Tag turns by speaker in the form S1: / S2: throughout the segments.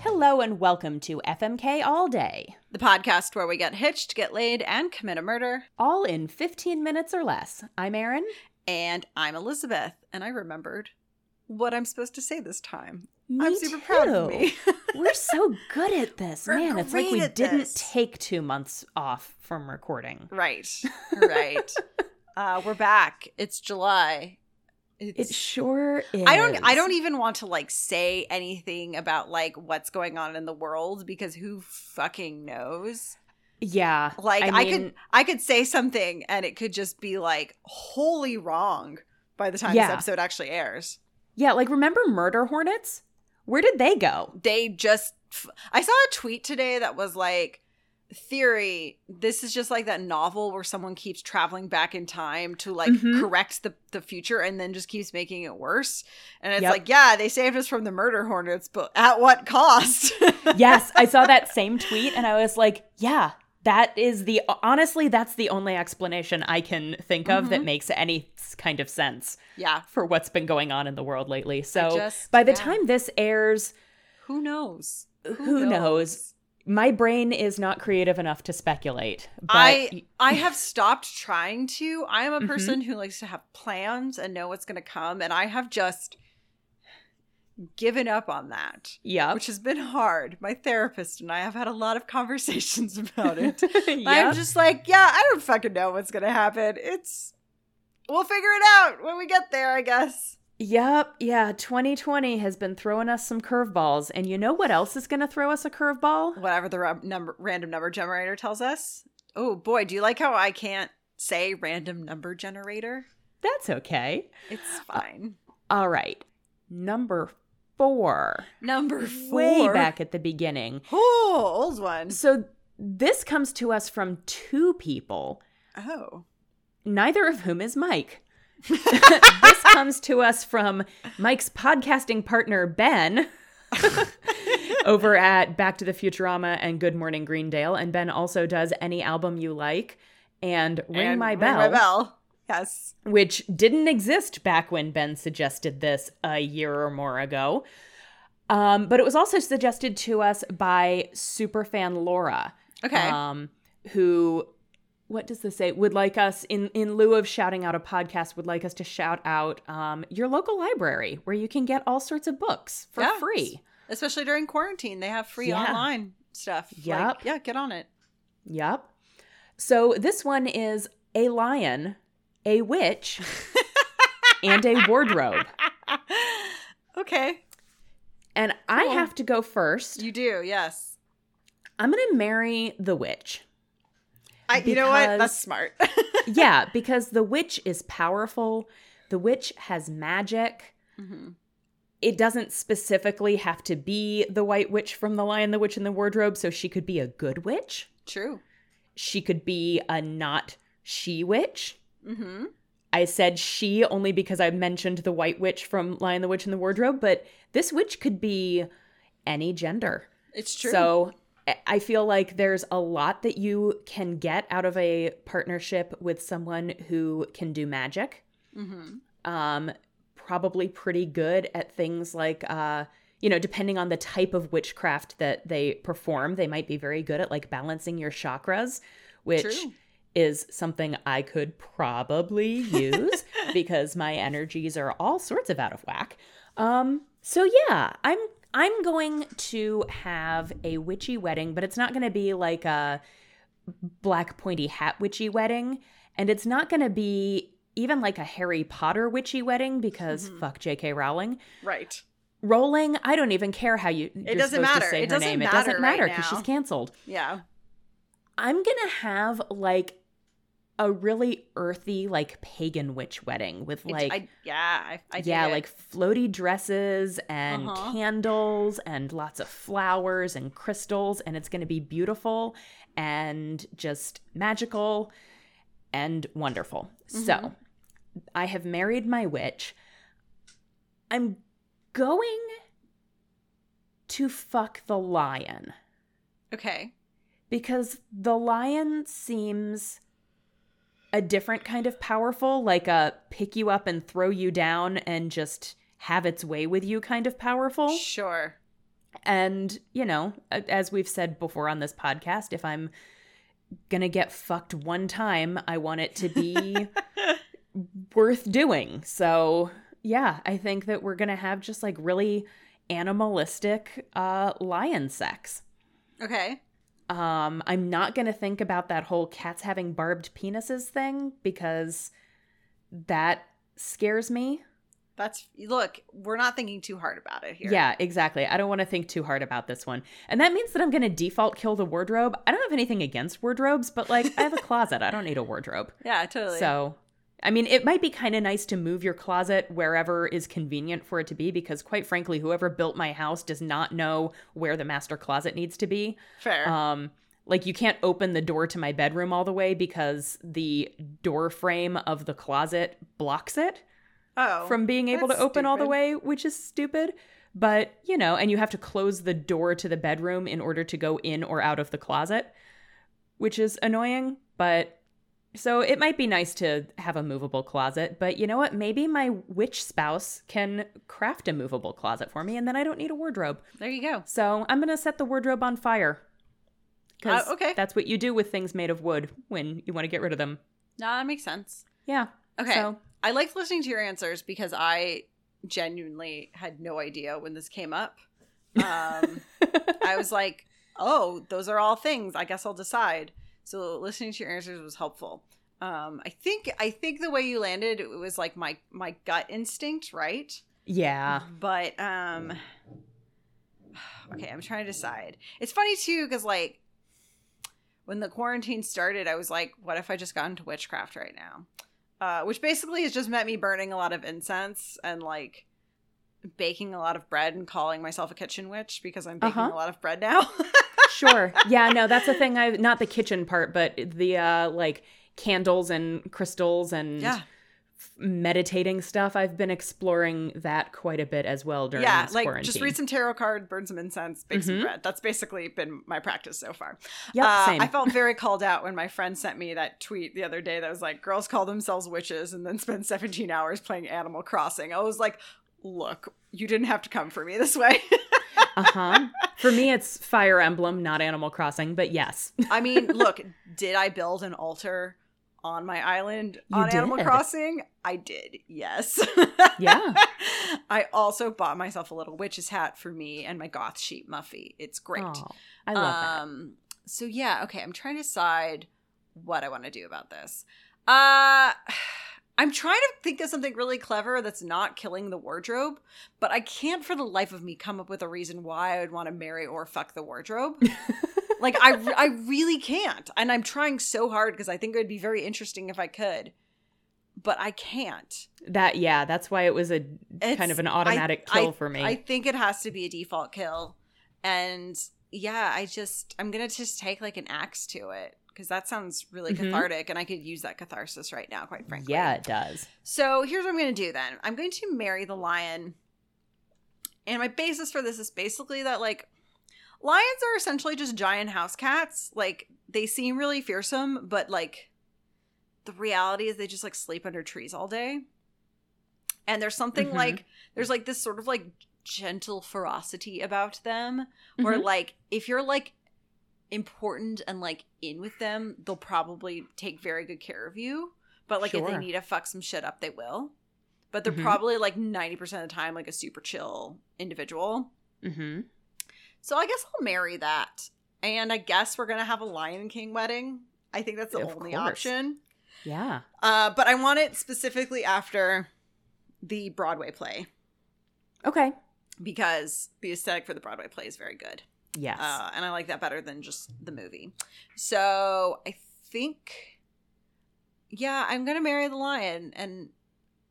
S1: Hello and welcome to FMK All Day,
S2: the podcast where we get hitched, get laid, and commit a murder.
S1: all in 15 minutes or less. I'm Erin.
S2: And I'm Elizabeth, and I remembered what I'm supposed to say this time. I'm super proud of
S1: too.
S2: me.
S1: We're so good at this,
S2: We're
S1: man. It's like
S2: great
S1: we
S2: at
S1: didn't
S2: this.
S1: take two months off from recording.
S2: right, right. uh, we're back. It's July.
S1: It sure is.
S2: I don't. I don't even want to like say anything about like what's going on in the world because who fucking knows?
S1: e-, Yeah,
S2: Like I,
S1: mean,
S2: could I could say something and it could just be like wholly wrong by the time
S1: Yeah.
S2: this episode actually airs.
S1: Yeah, like remember murder hornets? Where did they go?
S2: They just f- I saw a tweet today that was like theory this is just like that novel where someone keeps traveling back in time to like
S1: Mhm.
S2: correct the the future and then just keeps making it worse and it's
S1: Yep.
S2: like yeah they saved us from the murder hornets but at what cost
S1: yes, I saw that same tweet and I was like, yeah, that is the honestly, that's the only explanation I can think of
S2: Mm-hmm.
S1: that makes any s- kind of sense
S2: yeah
S1: for what's been going on in the world lately. So
S2: just-
S1: by the
S2: yeah.
S1: time this airs,
S2: who knows
S1: Who knows? my brain is not creative enough to speculate. But Mm-hmm.
S2: I I have stopped trying to. I am a person who likes to have plans and know what's going to come, and I have just given up on that,
S1: yeah.
S2: which has been hard. My therapist and I have had a lot of conversations about it.
S1: yeah.
S2: I'm just like, yeah, I don't fucking know what's going to happen. It's we'll figure it out when we get there, I guess.
S1: Yep. Yeah. 2020 has been throwing us some curveballs. And you know what else is going to throw us a curveball?
S2: Whatever the ru- number, random number generator tells us. Oh boy, do you like how I can't say random number generator?
S1: That's okay.
S2: It's
S1: Uh,
S2: fine.
S1: All right. Number four.
S2: Number four.
S1: Way back at the beginning.
S2: Oh, old one.
S1: So this comes to us from two people,
S2: Oh.
S1: neither of whom is Mike. this comes to us from Mike's podcasting partner, Ben, over at Back to the Futurama and Good Morning Greendale. And Ben also does Any Album You Like and Ring,
S2: And
S1: My,
S2: ring
S1: Bell,
S2: my bell. Yes.
S1: which didn't exist back when Ben suggested this a year or more ago. Um, but it was also suggested to us by superfan Laura
S2: Okay.
S1: um, who what does this say would like us in in lieu of shouting out a podcast would like us to shout out um, your local library where you can get all sorts of books for
S2: Yeah.
S1: free
S2: Especially during quarantine, they have free
S1: Yeah.
S2: online stuff. Like,
S1: Yep.
S2: yeah, get on it.
S1: yep so this one is a lion a witch and a wardrobe
S2: okay.
S1: and i
S2: Cool.
S1: have to go first
S2: You do, yes.
S1: i'm gonna marry the witch
S2: I, You know what? That's
S1: Because-
S2: smart.
S1: yeah because the witch is powerful the witch has magic Mm-hmm.
S2: Mhm.
S1: it doesn't specifically have to be the white witch from the lion the witch and the wardrobe so she could be a good witch
S2: True.
S1: she could be a not she witch
S2: hmm
S1: i said she only because i mentioned the white witch from lion the witch and the wardrobe but this witch could be any gender
S2: It's true.
S1: so I- I feel like there's a lot that you can get out of a partnership with someone who can do magic
S2: hmm
S1: um, probably pretty good at things like, uh, you know, depending on the type of witchcraft that they perform, they might be very good at like balancing your chakras, which
S2: True.
S1: is something I could probably use because my energies are all sorts of out of whack. Um, so yeah, I'm I'm going to have a witchy wedding, but it's not going to be like a black pointy hat witchy wedding, and it's not going to be even like a Harry Potter witchy wedding because
S2: Mhm.
S1: fuck J.K. Rowling.
S2: Right.
S1: Rowling, I don't even care how you. It
S2: doesn't matter.
S1: To say
S2: It
S1: her
S2: doesn't
S1: name. it
S2: matter
S1: doesn't
S2: right
S1: matter because
S2: now.
S1: she's canceled.
S2: Yeah.
S1: I'm gonna have like a really earthy, like pagan witch wedding with
S2: It-
S1: like
S2: I, yeah. I, I dig
S1: yeah,
S2: it.
S1: like floaty dresses and
S2: Uh-huh.
S1: candles and lots of flowers and crystals, and it's gonna be beautiful and just magical and wonderful. So
S2: Mhm.
S1: I have married my witch. I'm going to fuck the lion
S2: Okay.
S1: because the lion seems a different kind of powerful, like a pick you up Oh. and throw you down and just have its way with you kind of powerful.
S2: Sure.
S1: And, you know, a- as we've said before on this podcast, if I'm going to get fucked one time, I want it to be worth doing. So, yeah, I think that we're going to have just like really animalistic uh lion sex.
S2: Okay.
S1: Um, I'm not going to think about that whole cats having barbed penises thing because that scares me.
S2: That's look, we're not thinking too hard about it here.
S1: Yeah, exactly. I don't want to think too hard about this one. And that means that I'm going to default kill the wardrobe. I don't have anything against wardrobes, but like I have a closet. I don't need a wardrobe.
S2: Yeah, totally.
S1: So, I mean, it might be kind of nice to move your closet wherever is convenient for it to be because quite frankly, whoever built my house does not know where the master closet needs to be.
S2: fair.
S1: Um, like you can't open the door to my bedroom all the way because the door frame of the closet blocks it
S2: oh.
S1: from being able to
S2: that's
S1: open all the
S2: stupid.
S1: way, which is stupid. But, you know, and you have to close the door to the bedroom in order to go in or out of the closet, which is annoying. But so it might be nice to have a movable closet. But you know what? Maybe my witch spouse can craft a movable closet for me, and then I don't need a wardrobe.
S2: there you go.
S1: So I'm going to set the wardrobe on fire. Because
S2: Uh, okay.
S1: that's what you do with things made of wood when you want to get rid of them.
S2: No, that makes sense.
S1: Yeah.
S2: Okay.
S1: So,
S2: I liked listening to your answers because I genuinely had no idea when this came up. Um, I was like, oh, those are all things. I guess I'll decide. So listening to your answers was helpful. Um, I think I think the way you landed it was like my my gut instinct, right?
S1: yeah.
S2: But um okay, I'm trying to decide. It's funny too cuz like when the quarantine started, I was like, what if I just got into witchcraft right now? Uh which basically has just meant me burning a lot of incense and like baking a lot of bread and calling myself a kitchen witch because I'm baking
S1: Uh-huh.
S2: a lot of bread now.
S1: sure yeah no that's a thing i not the kitchen part but the uh like candles and crystals and
S2: yeah.
S1: f- meditating stuff i've been exploring that quite a bit as well during
S2: Yeah,
S1: this
S2: like
S1: quarantine
S2: just read some tarot card, burn some incense, bake some
S1: Mhm.
S2: bread. That's basically been my practice so far.
S1: yep
S2: Uh,
S1: same
S2: I felt very called out when my friend sent me that tweet the other day that was like, girls call themselves witches and then spend 17 hours playing Animal Crossing. I was like, look, you didn't have to come for me this way.
S1: uh-huh for me it's fire emblem not animal crossing but yes
S2: I mean, look, did I build an altar on my island
S1: You
S2: on Animal
S1: did.
S2: Crossing? I did, yes.
S1: yeah
S2: I also bought myself a little witch's hat for me and my goth sheep Muffy. It's great.
S1: Aw, i love that
S2: um, So yeah, okay. I'm trying to decide what I want to do about this. Uh, I'm trying to think of something really clever that's not killing the wardrobe, but I can't for the life of me come up with a reason why I would want to marry or fuck the wardrobe. like I, I really can't, and I'm trying so hard because I think it would be very interesting if I could, but I can't.
S1: that yeah that's why it was a
S2: It's,
S1: kind of an automatic
S2: I-
S1: kill for me
S2: I think it has to be a default kill. And yeah, I just I'm gonna just take like an axe to it because that sounds really
S1: Mhm.
S2: cathartic, and I could use that catharsis right now, quite frankly.
S1: yeah it does
S2: So here's what I'm gonna do then. I'm going to marry the lion, and my basis for this is basically that like lions are essentially just giant house cats. Like they seem really fearsome, but like the reality is they just like sleep under trees all day. And there's something
S1: Mhm.
S2: like there's like this sort of like gentle ferocity about them where
S1: Mhm.
S2: like if you're like important and like in with them, they'll probably take very good care of you. But like if they
S1: Sure.
S2: need to fuck some shit up, they will. But they're
S1: Mhm.
S2: probably like 90% of the time like a super chill individual.
S1: mm-hmm.
S2: So I guess I'll marry that. And I guess we're going to have a Lion King wedding. I think that's the
S1: Of
S2: only
S1: course.
S2: option.
S1: yeah
S2: Uh, but I want it specifically after the Broadway play
S1: okay
S2: because the aesthetic for the Broadway play is very good.
S1: yes
S2: Uh, and I like that better than just the movie. So I think, yeah, I'm gonna marry the lion, and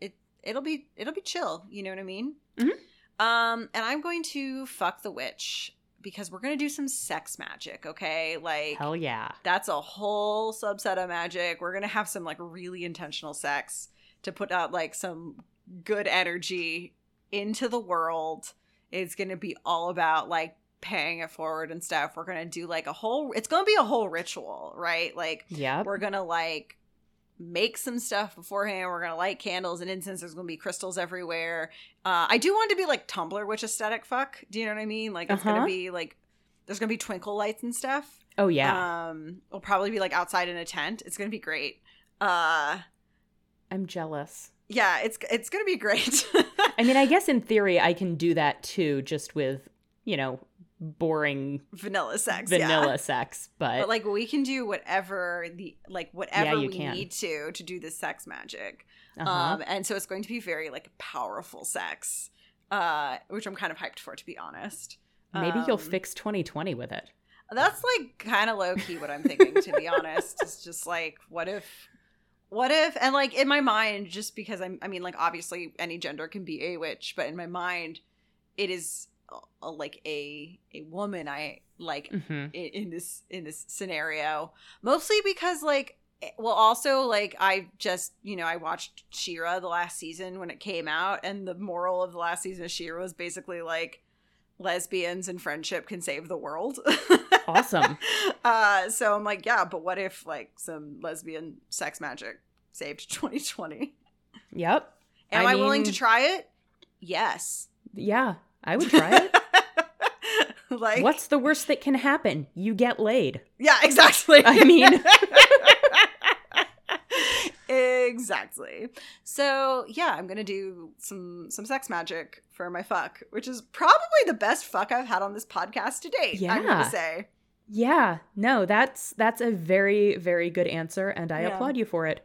S2: it it'll be it'll be chill. You know what I mean?
S1: Mhm.
S2: Um, and I'm going to fuck the witch because we're gonna do some sex magic. Okay, like
S1: hell yeah
S2: that's a whole subset of magic. We're gonna have some like really intentional sex to put out like some good energy into the world. It's gonna be all about like paying it forward and stuff. We're gonna do like a whole. It's gonna be a whole ritual, right? Like
S1: yep
S2: we're gonna like make some stuff beforehand. We're gonna light candles and incense. There's gonna be crystals everywhere. Uh, I do want to be like Tumblr witch aesthetic. Fuck, do you know what I mean? Like it's
S1: Uh-huh.
S2: gonna be like there's gonna be twinkle lights and stuff.
S1: Oh yeah.
S2: Um, we'll probably be like outside in a tent. It's gonna be great. Uh,
S1: I'm jealous.
S2: yeah, it's it's gonna be great.
S1: I mean, I guess in theory I can do that too, just with, you know, boring
S2: vanilla sex.
S1: vanilla
S2: Yeah.
S1: sex. But,
S2: But like we can do whatever the like whatever
S1: you
S2: we
S1: can.
S2: need to to do this sex magic.
S1: uh-huh.
S2: Um, and so it's going to be very like powerful sex, uh, which I'm kind of hyped for to be honest.
S1: maybe you'll
S2: um,
S1: fix 2020 with it.
S2: That's like kind of low key what I'm thinking to be honest. It's just like what if what if and like in my mind just because I'm I mean like obviously any gender can be a witch, but in my mind it is a, a- like a a woman I like
S1: hmm
S2: in, in this in this scenario mostly because like it- well also like i just you know i watched shira the last season when it came out and the moral of the last season of shira was basically like lesbians and friendship can save the world
S1: Awesome.
S2: uh so i'm like yeah but what if like some lesbian sex magic saved 2020
S1: Yep.
S2: am
S1: I
S2: i willing to
S1: mean-
S2: try it yes
S1: Yeah, I would try it.
S2: like
S1: What's the worst that can happen? You get laid.
S2: Yeah, exactly.
S1: I mean-
S2: exactly. So yeah, I'm gonna do some some sex magic for my fuck, which is probably the best fuck I've had on this podcast to date.
S1: Yeah.
S2: I'm gonna say.
S1: Yeah, no, that's that's a very very good answer and I
S2: Yeah.
S1: applaud you for it.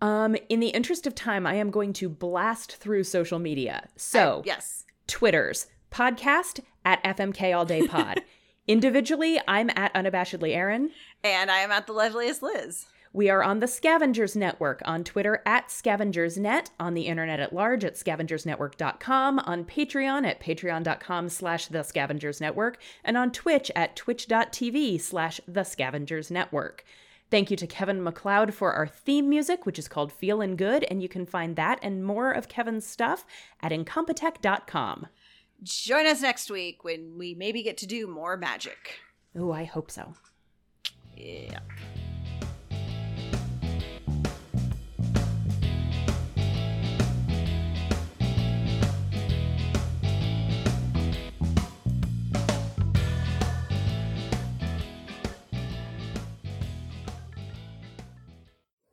S1: Um in the interest of time, I am going to blast through social media. So,
S2: I- yes,
S1: Twitters, podcast at FMK All Day Pod. Individually, I'm at unabashedly Aaron.
S2: and I am at the loveliest Liz.
S1: We are on the Scavengers Network on Twitter at scavengersnet, on the internet at large at scavengersnetwork.com, on Patreon at patreon.com slash the scavengers network, and on Twitch at twitch.tv slash the scavengers network. Thank you to Kevin McLeod for our theme music, which is called Feelin' Good, and you can find that and more of Kevin's stuff at incompetech.com.
S2: Join us next week when we maybe get to do more magic.
S1: Ooh, I hope so.
S2: Yeah.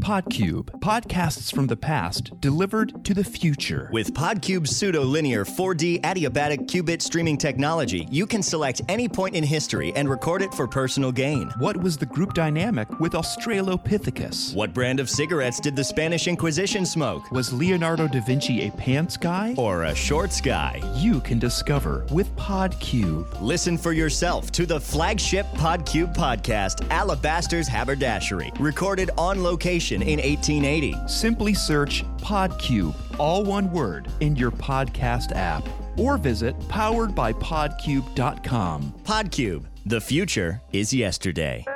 S3: Podcube, podcasts from the past delivered to the future.
S4: With Podcube's pseudo-linear 4D adiabatic qubit streaming technology, you can select any point in history and record it for personal gain.
S3: what was the group dynamic with Australopithecus?
S4: What brand of cigarettes did the Spanish Inquisition smoke?
S3: Was Leonardo da Vinci a pants guy?
S4: Or a shorts guy?
S3: you can discover with Podcube.
S4: Listen for yourself to the flagship Podcube podcast, Alabaster's Haberdashery, recorded on location in 1880.
S3: Simply search Podcube, all one word, in your podcast app or visit poweredbypodcube.com.
S4: Podcube, the future is yesterday.